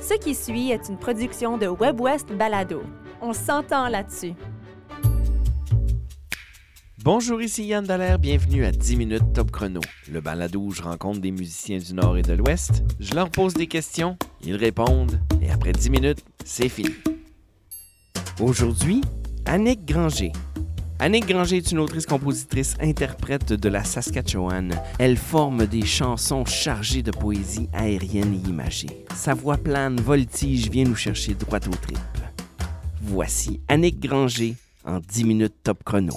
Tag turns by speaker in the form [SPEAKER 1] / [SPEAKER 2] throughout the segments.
[SPEAKER 1] Ce qui suit est une production de WebWest Balado. On s'entend là-dessus.
[SPEAKER 2] Bonjour, ici Yann Dallaire, bienvenue à 10 minutes Top Chrono, le balado où je rencontre des musiciens du Nord et de l'Ouest, je leur pose des questions, ils répondent, et après 10 minutes, c'est fini. Aujourd'hui, Annick Granger. Annick Granger est une autrice-compositrice interprète de la Saskatchewan. Elle forme des chansons chargées de poésie aérienne et imagée. Sa voix plane, voltige, vient nous chercher droit au tripes. Voici Annick Granger en 10 minutes top chrono.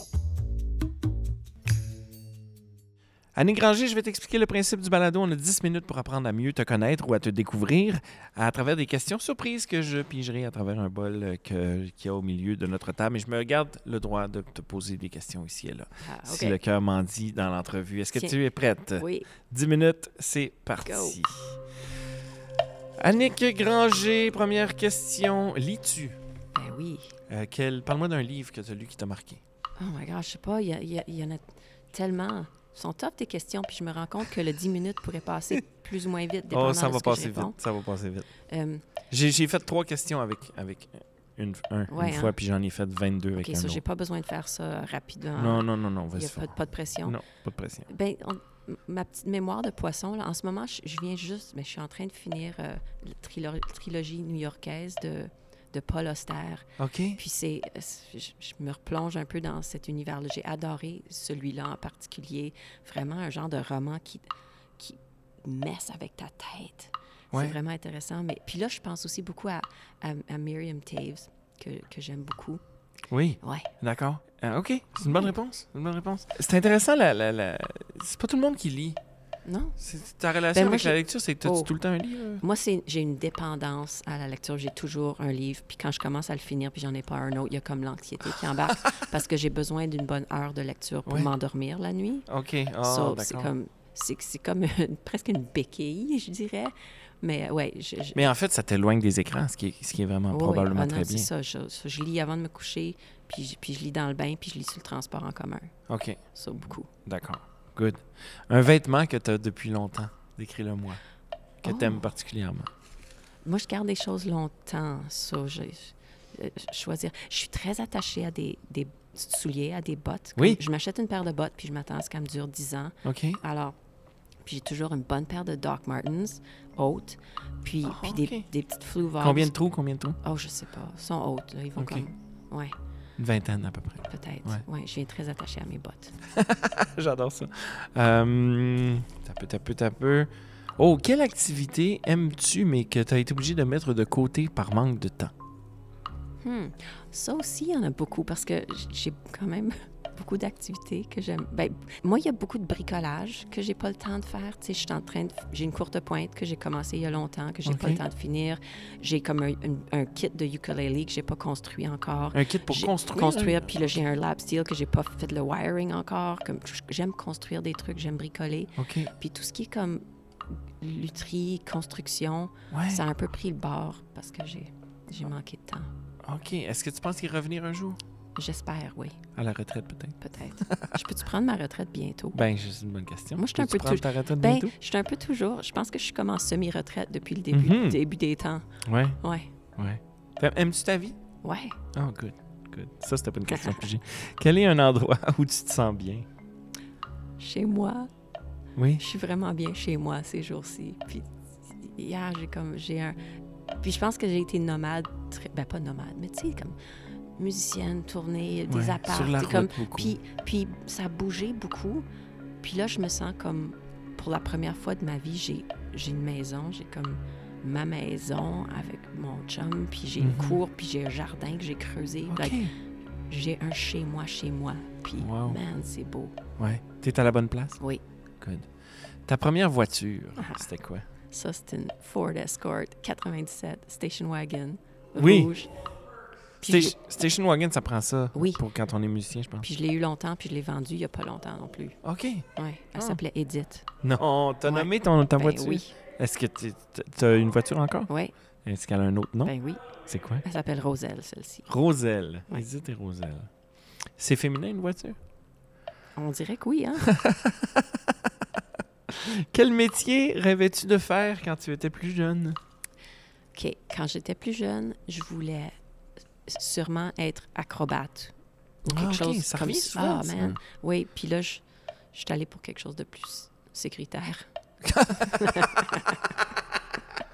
[SPEAKER 2] Annick Granger, je vais t'expliquer le principe du balado. On a 10 minutes pour apprendre à mieux te connaître ou à te découvrir à travers des questions surprises que je pigerai à travers un bol euh, que- qu'il y a au milieu de notre table. Et je me garde le droit de te poser des questions ici et là.
[SPEAKER 3] Ah, OK.
[SPEAKER 2] Si le cœur m'en dit dans l'entrevue. Est-ce que
[SPEAKER 3] Tiens.
[SPEAKER 2] tu es prête?
[SPEAKER 3] Oui.
[SPEAKER 2] 10 minutes, c'est parti. Annick Granger, première question. Lis-tu?
[SPEAKER 3] Ben oui.
[SPEAKER 2] Euh, quel... Parle-moi d'un livre que tu as lu qui t'a marqué.
[SPEAKER 3] Oh my God, je sais pas, il y, a- il y a- il y en a tellement. Ils sont top tes questions, puis je me rends compte que le 10 minutes pourrait passer plus ou moins vite, dépendant
[SPEAKER 2] oh, ça
[SPEAKER 3] de
[SPEAKER 2] va
[SPEAKER 3] ce que je
[SPEAKER 2] passer
[SPEAKER 3] réponds.
[SPEAKER 2] vite. Ça va passer vite.
[SPEAKER 3] Euh,
[SPEAKER 2] J'ai, j'ai fait trois questions avec, avec une, un- une
[SPEAKER 3] Ouais, hein.
[SPEAKER 2] fois, puis j'en ai fait 22 avec
[SPEAKER 3] OK,
[SPEAKER 2] un
[SPEAKER 3] ça,
[SPEAKER 2] autre.
[SPEAKER 3] j'ai pas besoin de faire ça rapidement.
[SPEAKER 2] Non, non, non, non,
[SPEAKER 3] Il n'y
[SPEAKER 2] vas-y.
[SPEAKER 3] a pas,
[SPEAKER 2] fort.
[SPEAKER 3] de- pas de pression.
[SPEAKER 2] Non, pas de pression.
[SPEAKER 3] Ben, on- ma petite mémoire de poisson, là, en ce moment, je, je viens juste, mais je suis en train de finir euh, la trilo- trilogie new-yorkaise de, de Paul Auster.
[SPEAKER 2] OK.
[SPEAKER 3] Puis c'est, c'est- je, je me replonge un peu dans cet univers-là. J'ai adoré celui-là en particulier. Vraiment un genre de roman qui, qui messe avec ta tête.
[SPEAKER 2] Ouais.
[SPEAKER 3] C'est vraiment intéressant. Mais puis là, je pense aussi beaucoup à, à, à Miriam Taves, que, que j'aime beaucoup.
[SPEAKER 2] Oui,
[SPEAKER 3] Ouais.
[SPEAKER 2] d'accord. Euh, OK, c'est
[SPEAKER 3] Mm.
[SPEAKER 2] une bonne réponse. une bonne réponse. C'est intéressant, la, la, la- c'est pas tout le monde qui lit.
[SPEAKER 3] Non.
[SPEAKER 2] C'est- ta relation
[SPEAKER 3] Ben, moi,
[SPEAKER 2] avec la
[SPEAKER 3] j'ai-
[SPEAKER 2] lecture, c'est que t'as-tu
[SPEAKER 3] Oh.
[SPEAKER 2] tout le temps un livre?
[SPEAKER 3] Moi, c'est, j'ai une dépendance à la lecture. J'ai toujours un livre. Puis quand je commence à le finir, puis j'en ai pas un autre, il y a comme l'anxiété qui embarque parce que j'ai besoin d'une bonne heure de lecture pour
[SPEAKER 2] Ouais.
[SPEAKER 3] m'endormir la nuit.
[SPEAKER 2] OK, ah,
[SPEAKER 3] So, c'est
[SPEAKER 2] d'accord.
[SPEAKER 3] comme, c'est, c'est comme une- presque une béquille, je dirais. Mais euh, ouais, je, je-
[SPEAKER 2] Mais en fait, ça t'éloigne des écrans, ce qui est, ce qui est vraiment
[SPEAKER 3] ouais,
[SPEAKER 2] Ah, probablement
[SPEAKER 3] ouais. Ah non,
[SPEAKER 2] très
[SPEAKER 3] c'est
[SPEAKER 2] bien.
[SPEAKER 3] ça, je, ça, je lis avant de me coucher, puis je, puis je lis dans le bain, puis je lis sur le transport en commun.
[SPEAKER 2] OK,
[SPEAKER 3] Ça, beaucoup.
[SPEAKER 2] d'accord. Good. Un vêtement que t'as depuis longtemps, décris-le-moi, que
[SPEAKER 3] Oh.
[SPEAKER 2] t'aimes particulièrement.
[SPEAKER 3] Moi, je garde des choses longtemps. Ça, je, je- euh, choisir. Je suis très attachée à des, des souliers, à des bottes. Comme
[SPEAKER 2] Oui.
[SPEAKER 3] Je m'achète une paire de bottes, puis je m'attends à ce qu'elle me dure 10 ans.
[SPEAKER 2] OK.
[SPEAKER 3] Alors, puis j'ai toujours une bonne paire de Doc Martens, hautes, puis,
[SPEAKER 2] Ah,
[SPEAKER 3] puis des,
[SPEAKER 2] ok.
[SPEAKER 3] des petites flou
[SPEAKER 2] Combien de trous, combien de trous?
[SPEAKER 3] Oh, je sais pas. Ils sont hautes, là. Ils vont
[SPEAKER 2] Ok.
[SPEAKER 3] comme... Ouais,
[SPEAKER 2] Une vingtaine à peu près.
[SPEAKER 3] peut-être.
[SPEAKER 2] Ouais.
[SPEAKER 3] Ouais. je viens très attachée à mes bottes.
[SPEAKER 2] J'adore ça. Euh, t'as peu, t'as peu, t'as peu. Oh, quelle activité aimes-tu mais que t'as été obligé de mettre de côté par manque de temps?
[SPEAKER 3] Hmm. Ça aussi, il y en a beaucoup parce que j- j'ai quand même beaucoup d'activités que j'aime. Ben, moi, il y a beaucoup de bricolage que j'ai pas le temps de faire. Tu sais, je suis en train de... J'ai une courte pointe que j'ai commencé il y a longtemps, que j'ai pas
[SPEAKER 2] Ok.
[SPEAKER 3] le temps de finir. J'ai comme un, une- un kit de ukulélé que j'ai pas construit encore.
[SPEAKER 2] Un kit pour
[SPEAKER 3] J'ai-
[SPEAKER 2] construire.
[SPEAKER 3] Construire, puis là, j'ai un lab steel que j'ai pas fait le wiring encore. Comme, j'aime construire des trucs, j'aime bricoler.
[SPEAKER 2] OK.
[SPEAKER 3] Puis tout ce qui est comme lutherie, construction,
[SPEAKER 2] Ouais.
[SPEAKER 3] ça a un peu pris le bord parce que j'ai, j'ai manqué de temps.
[SPEAKER 2] OK. Est-ce que tu penses qu'il va revenir un jour?
[SPEAKER 3] J'espère, oui,
[SPEAKER 2] À la retraite, peut-être.
[SPEAKER 3] peut-être. je peux-tu prendre ma retraite bientôt?
[SPEAKER 2] Ben, c'est une bonne question.
[SPEAKER 3] Moi, je suis un
[SPEAKER 2] Peux-tu
[SPEAKER 3] peu
[SPEAKER 2] prendre
[SPEAKER 3] tou-
[SPEAKER 2] ta retraite
[SPEAKER 3] Ben,
[SPEAKER 2] bientôt?
[SPEAKER 3] je suis un peu toujours. Je pense que je suis comme en semi-retraite depuis le début,
[SPEAKER 2] Mhm.
[SPEAKER 3] début des temps.
[SPEAKER 2] Ouais,
[SPEAKER 3] Ouais,
[SPEAKER 2] ouais. T'aimes- Aimes-tu ta vie?
[SPEAKER 3] ouais.
[SPEAKER 2] Oh, good. Good. Ça, c'était pas une question que j'ai. Quel est un endroit où tu te sens bien?
[SPEAKER 3] Chez moi,
[SPEAKER 2] Oui.
[SPEAKER 3] je suis vraiment bien chez moi ces jours-ci. Puis hier, j'ai comme j'ai un. Puis je pense que j'ai été nomade, très- ben pas nomade, mais tu sais comme musicienne, tournée, des
[SPEAKER 2] Ouais,
[SPEAKER 3] apparts,
[SPEAKER 2] Sur la
[SPEAKER 3] tu
[SPEAKER 2] route,
[SPEAKER 3] sais, comme
[SPEAKER 2] beaucoup.
[SPEAKER 3] Puis, puis ça a bougé beaucoup. Puis là, je me sens comme, pour la première fois de ma vie, j'ai, j'ai une maison, j'ai comme ma maison avec mon chum, puis j'ai une
[SPEAKER 2] Mhm.
[SPEAKER 3] cour, puis j'ai un jardin que j'ai creusé.
[SPEAKER 2] OK.
[SPEAKER 3] Like, j'ai un chez moi, chez moi. Puis,
[SPEAKER 2] Wow.
[SPEAKER 3] man, c'est beau.
[SPEAKER 2] Ouais. T'es à la bonne place?
[SPEAKER 3] Oui.
[SPEAKER 2] Good. Ta première voiture,
[SPEAKER 3] Ah.
[SPEAKER 2] c'était quoi?
[SPEAKER 3] Ça, c'est une Ford Escort 97 Station Wagon
[SPEAKER 2] Oui.
[SPEAKER 3] rouge. Puis,
[SPEAKER 2] Sta-
[SPEAKER 3] je,
[SPEAKER 2] Station Wagon, ça prend ça
[SPEAKER 3] Oui.
[SPEAKER 2] pour quand on est musicien, je pense.
[SPEAKER 3] puis je l'ai eu longtemps, puis je l'ai vendue il n'y a pas longtemps non plus.
[SPEAKER 2] OK.
[SPEAKER 3] Ouais, elle
[SPEAKER 2] Ah.
[SPEAKER 3] s'appelait Edith.
[SPEAKER 2] Non, t'as
[SPEAKER 3] Ouais.
[SPEAKER 2] nommé ton, ta
[SPEAKER 3] Ben
[SPEAKER 2] voiture.
[SPEAKER 3] oui,
[SPEAKER 2] Est-ce que t'es- t'as- t'as une voiture encore?
[SPEAKER 3] ouais,
[SPEAKER 2] Est-ce qu'elle a un autre nom?
[SPEAKER 3] ben oui.
[SPEAKER 2] C'est quoi?
[SPEAKER 3] Elle s'appelle Roselle, celle-ci.
[SPEAKER 2] Roselle.
[SPEAKER 3] Ouais.
[SPEAKER 2] Edith et Roselle. C'est féminin, une voiture?
[SPEAKER 3] On dirait que oui, hein?
[SPEAKER 2] Quel métier rêvais-tu de faire quand tu étais plus jeune?
[SPEAKER 3] OK, quand j'étais plus jeune, je voulais sûrement être acrobate. Ou
[SPEAKER 2] Ah,
[SPEAKER 3] quelque
[SPEAKER 2] OK,
[SPEAKER 3] chose
[SPEAKER 2] ça
[SPEAKER 3] comme
[SPEAKER 2] revient souvent,
[SPEAKER 3] Ah,
[SPEAKER 2] ça.
[SPEAKER 3] man. Oui, puis là, je, je suis allée pour quelque chose de plus sécuritaire.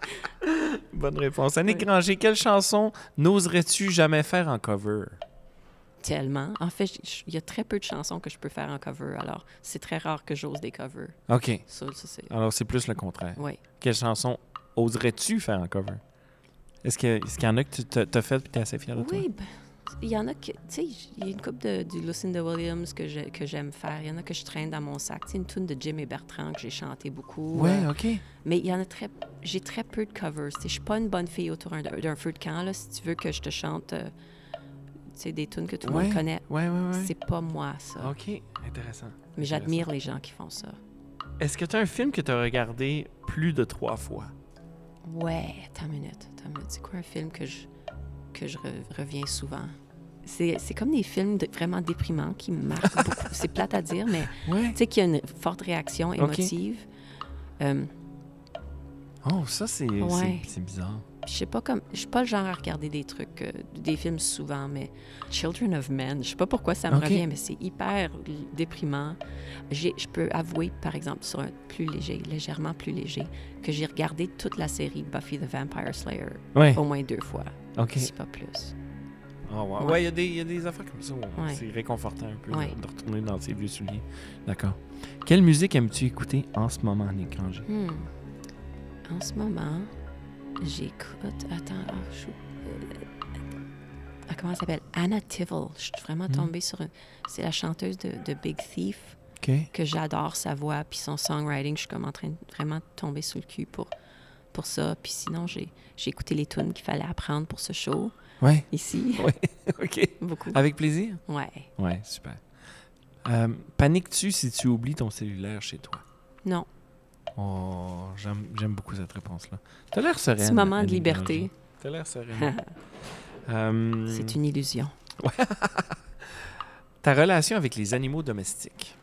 [SPEAKER 2] Bonne réponse. Annick Granger, quelle chanson n'oserais-tu jamais faire en cover?
[SPEAKER 3] Tellement. En fait, j- j- il y a très peu de chansons que je peux faire en cover, alors c'est très rare que j'ose des covers.
[SPEAKER 2] OK.
[SPEAKER 3] Ça, ça c'est...
[SPEAKER 2] Alors, c'est plus le contraire.
[SPEAKER 3] Oui.
[SPEAKER 2] Quelle chanson oserais-tu faire en cover? Est-ce que- est-ce qu'il y en a que tu t'as t'as fait et tu es assez fier de toi?
[SPEAKER 3] Oui, ben, il y en a que, tu sais, j- il y a une coupe de, du Lucinda Williams que je- que j'aime faire. Il y en a que je traîne dans mon sac. C'est une tune de Jim et Bertrand que j'ai chantée beaucoup.
[SPEAKER 2] Ouais,
[SPEAKER 3] Euh,
[SPEAKER 2] OK.
[SPEAKER 3] Mais il y en a très, j'ai très peu de covers. Tu sais, Je suis pas une bonne fille autour d'un- d'un feu de camp. Là, si tu veux que je te chante, euh, tu sais, des tunes que tout le
[SPEAKER 2] Ouais,
[SPEAKER 3] monde connaît,
[SPEAKER 2] Ouais, ouais, ouais.
[SPEAKER 3] c'est pas moi ça.
[SPEAKER 2] OK, intéressant.
[SPEAKER 3] Mais j'admire les gens qui font ça.
[SPEAKER 2] Est-ce que tu as un film que tu as regardé plus de trois fois?
[SPEAKER 3] Ouais, attends une minute, attends une minute. C'est quoi un film que je, que je re- reviens souvent? C'est c'est comme des films de- vraiment déprimants qui me marquent beaucoup. C'est plate à dire, mais
[SPEAKER 2] Ouais.
[SPEAKER 3] tu sais qu'il y a une forte réaction émotive. Euh,
[SPEAKER 2] Oh, ça, c'est c'est-
[SPEAKER 3] Ouais.
[SPEAKER 2] c'est bizarre.
[SPEAKER 3] je sais pas comme, je suis pas le genre à regarder des trucs, euh, des films souvent, mais Children of Men, je sais pas pourquoi ça me
[SPEAKER 2] Ok.
[SPEAKER 3] revient, mais c'est hyper l- déprimant. J'ai- Je peux avouer, par exemple, sur un plus léger, légèrement plus léger, que j'ai regardé toute la série Buffy the Vampire Slayer
[SPEAKER 2] Ouais.
[SPEAKER 3] au moins deux fois,
[SPEAKER 2] Eh. OK.
[SPEAKER 3] si pas plus.
[SPEAKER 2] Oh, wow.
[SPEAKER 3] Ouais.
[SPEAKER 2] Ouais, il y a des- il y, a des affaires comme ça. où
[SPEAKER 3] Ouais.
[SPEAKER 2] C'est réconfortant un peu de-
[SPEAKER 3] Ouais.
[SPEAKER 2] de, retourner dans ces vieux souliers. D'accord. Quelle musique aimes-tu écouter en ce moment, Annick Granger?
[SPEAKER 3] Hmm. En ce moment, j'écoute. Attends, ah, je- Ah, comment elle s'appelle? Anna Tivel. Je suis vraiment
[SPEAKER 2] Hmm.
[SPEAKER 3] tombée sur. une- C'est la chanteuse de, de Big Thief
[SPEAKER 2] OK.
[SPEAKER 3] que j'adore sa voix puis son songwriting. Je suis comme en train de vraiment tomber sous le cul pour pour ça. Puis sinon, j'ai j'ai écouté les tunes qu'il fallait apprendre pour ce show
[SPEAKER 2] Ouais.
[SPEAKER 3] ici.
[SPEAKER 2] OK.
[SPEAKER 3] Beaucoup.
[SPEAKER 2] Avec plaisir?
[SPEAKER 3] Ouais.
[SPEAKER 2] Ouais, super. Euh, Paniques-tu si tu oublies ton cellulaire chez toi?
[SPEAKER 3] Non.
[SPEAKER 2] Oh, j'aime j'aime beaucoup cette réponse-là. T'as l'air sereine.
[SPEAKER 3] Petit moment de
[SPEAKER 2] Annick
[SPEAKER 3] liberté.
[SPEAKER 2] Granger. T'as l'air sereine. Euh,
[SPEAKER 3] C'est une illusion.
[SPEAKER 2] Ta relation avec les animaux domestiques.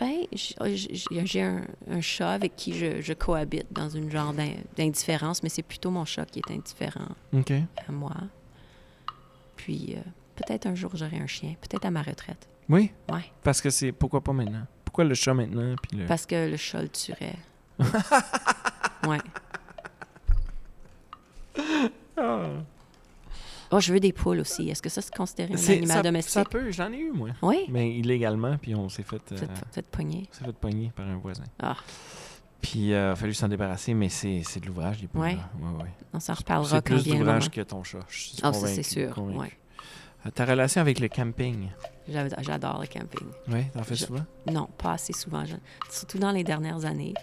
[SPEAKER 3] Ben, j- j- j'ai un, un chat avec qui je, je cohabite dans une genre d'in- d'indifférence, mais c'est plutôt mon chat qui est indifférent
[SPEAKER 2] OK.
[SPEAKER 3] à moi. Puis euh, peut-être un jour j'aurai un chien, peut-être à ma retraite.
[SPEAKER 2] Oui?
[SPEAKER 3] Ouais,
[SPEAKER 2] Parce que c'est... Pourquoi pas maintenant? Pourquoi le chat maintenant? Puis le...
[SPEAKER 3] parce que le chat le tuerait. ouais.
[SPEAKER 2] Ah.
[SPEAKER 3] Oh, je veux des poules aussi. Est-ce que ça se considère un
[SPEAKER 2] C'est-
[SPEAKER 3] animal
[SPEAKER 2] ça, ça
[SPEAKER 3] domestique?
[SPEAKER 2] peut, j'en ai eu, moi.
[SPEAKER 3] Oui.
[SPEAKER 2] Mais illégalement, puis on s'est fait, euh,
[SPEAKER 3] Vous êtes, vous êtes poigné.
[SPEAKER 2] on s'est fait pogner par un voisin.
[SPEAKER 3] Ah.
[SPEAKER 2] Puis euh, il a fallu s'en débarrasser, mais c'est c'est de l'ouvrage, les poules.
[SPEAKER 3] Ouais.
[SPEAKER 2] là. Ouais, ouais.
[SPEAKER 3] On s'en
[SPEAKER 2] C'est
[SPEAKER 3] reparlera quand
[SPEAKER 2] plus
[SPEAKER 3] vient le moment.
[SPEAKER 2] d'ouvrage que ton chat. Je suis
[SPEAKER 3] Ah, ça, c'est
[SPEAKER 2] convaincu,
[SPEAKER 3] sûr,
[SPEAKER 2] convaincu.
[SPEAKER 3] ouais.
[SPEAKER 2] Euh, ta relation avec le camping,
[SPEAKER 3] J'ad- J'adore le camping.
[SPEAKER 2] oui, t'en fais
[SPEAKER 3] Je-
[SPEAKER 2] souvent?
[SPEAKER 3] Non, pas assez souvent. Je- Surtout dans les dernières années.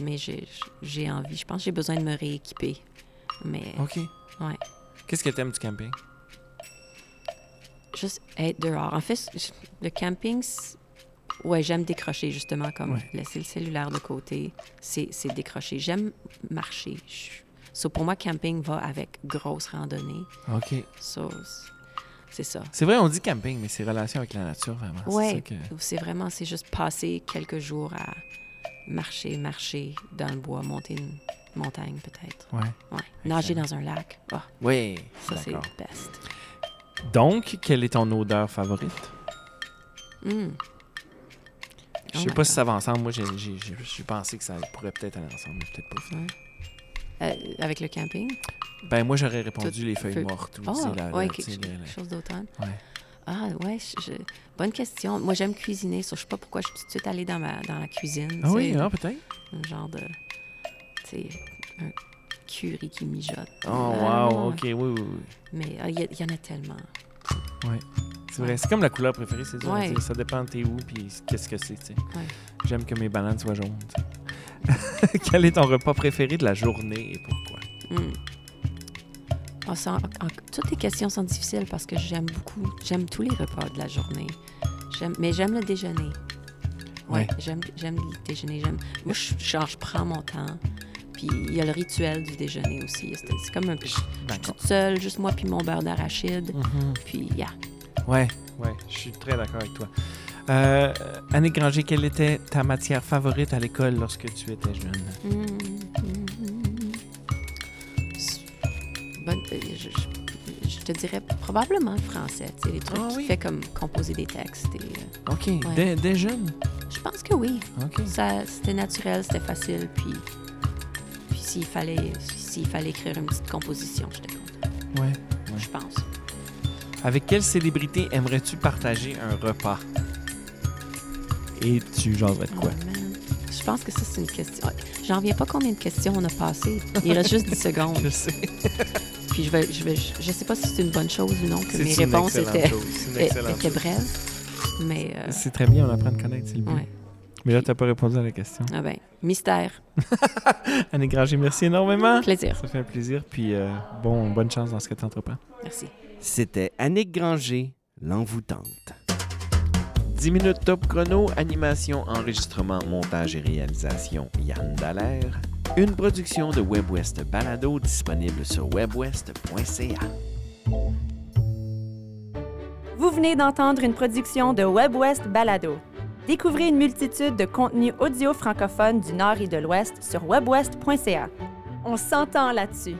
[SPEAKER 3] Mais j'ai j'ai envie. Je pense que j'ai besoin de me rééquiper. Mais
[SPEAKER 2] OK.
[SPEAKER 3] ouais.
[SPEAKER 2] Qu'est-ce que t'aimes du camping?
[SPEAKER 3] juste être dehors. En fait, c- le camping, c- ouais, j'aime décrocher justement, comme
[SPEAKER 2] Ouais.
[SPEAKER 3] laisser le cellulaire de côté, c'est c'est décrocher. J'aime marcher. Je- So, pour moi, camping va avec grosse randonnée.
[SPEAKER 2] OK.
[SPEAKER 3] So, c- c'est ça.
[SPEAKER 2] C'est vrai, on dit camping, mais c'est relation avec la nature, vraiment. C'est ça
[SPEAKER 3] Ouais,
[SPEAKER 2] que-
[SPEAKER 3] c'est vraiment, c'est juste passer quelques jours à marcher, marcher dans le bois, monter une montagne peut-être.
[SPEAKER 2] Ouais.
[SPEAKER 3] Ouais. Nager dans un lac. Ah,
[SPEAKER 2] Oui,
[SPEAKER 3] ça, c'est le best.
[SPEAKER 2] Donc, quelle est ton odeur favorite?
[SPEAKER 3] Mm.
[SPEAKER 2] Je
[SPEAKER 3] Oh
[SPEAKER 2] sais
[SPEAKER 3] my
[SPEAKER 2] pas si ça va ensemble. Moi, j'ai- j'ai j'ai- j'ai pensé que ça pourrait peut-être aller ensemble, mais peut-être pas.
[SPEAKER 3] Euh, avec le camping.
[SPEAKER 2] Ben, moi, j'aurais répondu les feuilles
[SPEAKER 3] feu-
[SPEAKER 2] mortes. ou
[SPEAKER 3] Ah,
[SPEAKER 2] c'est la- la-
[SPEAKER 3] ouais,
[SPEAKER 2] tu
[SPEAKER 3] quelque
[SPEAKER 2] sais, la- la-
[SPEAKER 3] chose d'automne.
[SPEAKER 2] Ouais.
[SPEAKER 3] Ah, ouais, je- je- bonne question. Moi, j'aime cuisiner. so je sais pas pourquoi je suis tout de suite allée dans, ma, dans la cuisine.
[SPEAKER 2] Ah
[SPEAKER 3] tu
[SPEAKER 2] oui,
[SPEAKER 3] sais,
[SPEAKER 2] ah, peut-être.
[SPEAKER 3] Un genre de. Tu sais, un curry qui mijote.
[SPEAKER 2] Oh,
[SPEAKER 3] Ah,
[SPEAKER 2] wow, ok, oui, oui, oui.
[SPEAKER 3] Mais ah, il y a- il y, en a tellement.
[SPEAKER 2] C'est vrai, c'est comme la couleur préférée, c'est dur à
[SPEAKER 3] Ouais.
[SPEAKER 2] dire. Ça dépend de t'es où puis qu'est-ce que c'est, tu sais.
[SPEAKER 3] Ouais.
[SPEAKER 2] J'aime que mes bananes soient jaunes, tu sais. Quel est ton repas préféré de la journée et pourquoi?
[SPEAKER 3] Hmm. Ah, ça, en- en- toutes les questions sont difficiles parce que j'aime beaucoup. J'aime tous les repas de la journée. J'aime- mais j'aime le déjeuner. Oui,
[SPEAKER 2] Ouais.
[SPEAKER 3] j'aime j'aime le déjeuner. J'aime, moi, je, genre, je prends mon temps. Puis il y a le rituel du déjeuner aussi. C'est, c'est comme un peu. Je suis
[SPEAKER 2] D'accord. Mm-hmm.
[SPEAKER 3] toute seule, juste moi puis mon beurre d'arachide. Puis, yeah.
[SPEAKER 2] Ouais, ouais, je suis très d'accord avec toi. Euh, Annick Granger, quelle était
[SPEAKER 3] Hmm.
[SPEAKER 2] ta matière favorite à l'école lorsque tu étais jeune?
[SPEAKER 3] Mm, mm, mm. bonne- euh, je, je- je te dirais probablement le français. tu sais, les trucs
[SPEAKER 2] Ah
[SPEAKER 3] qui
[SPEAKER 2] oui.
[SPEAKER 3] fait comme composer des textes. et, euh,
[SPEAKER 2] OK. Dès, dès jeune?
[SPEAKER 3] je pense que oui.
[SPEAKER 2] OK.
[SPEAKER 3] Ça, c'était naturel, c'était facile. Puis, puis s'il fallait, s'il fallait écrire une petite composition, j'étais contente.
[SPEAKER 2] Ouais.
[SPEAKER 3] Je pense.
[SPEAKER 2] Avec quelle célébrité aimerais-tu partager un repas? Et tu jaserais de quoi?
[SPEAKER 3] Oh, man. Je pense que ça, c'est une question. Ouais. J'en viens pas combien de questions on a passées. Il reste juste 10 secondes.
[SPEAKER 2] Je sais.
[SPEAKER 3] Puis je, vais, je, vais, je sais pas si c'est une bonne chose ou non que
[SPEAKER 2] C'est
[SPEAKER 3] mes
[SPEAKER 2] une
[SPEAKER 3] réponses
[SPEAKER 2] excellente
[SPEAKER 3] étaient,
[SPEAKER 2] chose, c'est une excellente
[SPEAKER 3] étaient
[SPEAKER 2] chose.
[SPEAKER 3] brèves. Mais, euh,
[SPEAKER 2] C'est très bien, on apprend à te connaître, c'est le but.
[SPEAKER 3] ouais.
[SPEAKER 2] Mais là, t'as pas répondu à la question.
[SPEAKER 3] Ah ben, mystère.
[SPEAKER 2] Anne Granger, merci énormément.
[SPEAKER 3] Plaisir.
[SPEAKER 2] Ça fait un plaisir, puis euh, bon, bonne chance dans ce que tu entreprends.
[SPEAKER 3] Merci.
[SPEAKER 4] C'était Annick Granger, l'envoûtante.
[SPEAKER 2] 10 minutes top chrono, animation, enregistrement, montage et réalisation, Yann Dallaire.
[SPEAKER 4] Une production de WebWest Balado disponible sur webwest.ca.
[SPEAKER 1] Vous venez d'entendre une production de WebWest Balado. Découvrez une multitude de contenus audio francophones du Nord et de l'Ouest sur webwest.ca. On s'entend là-dessus.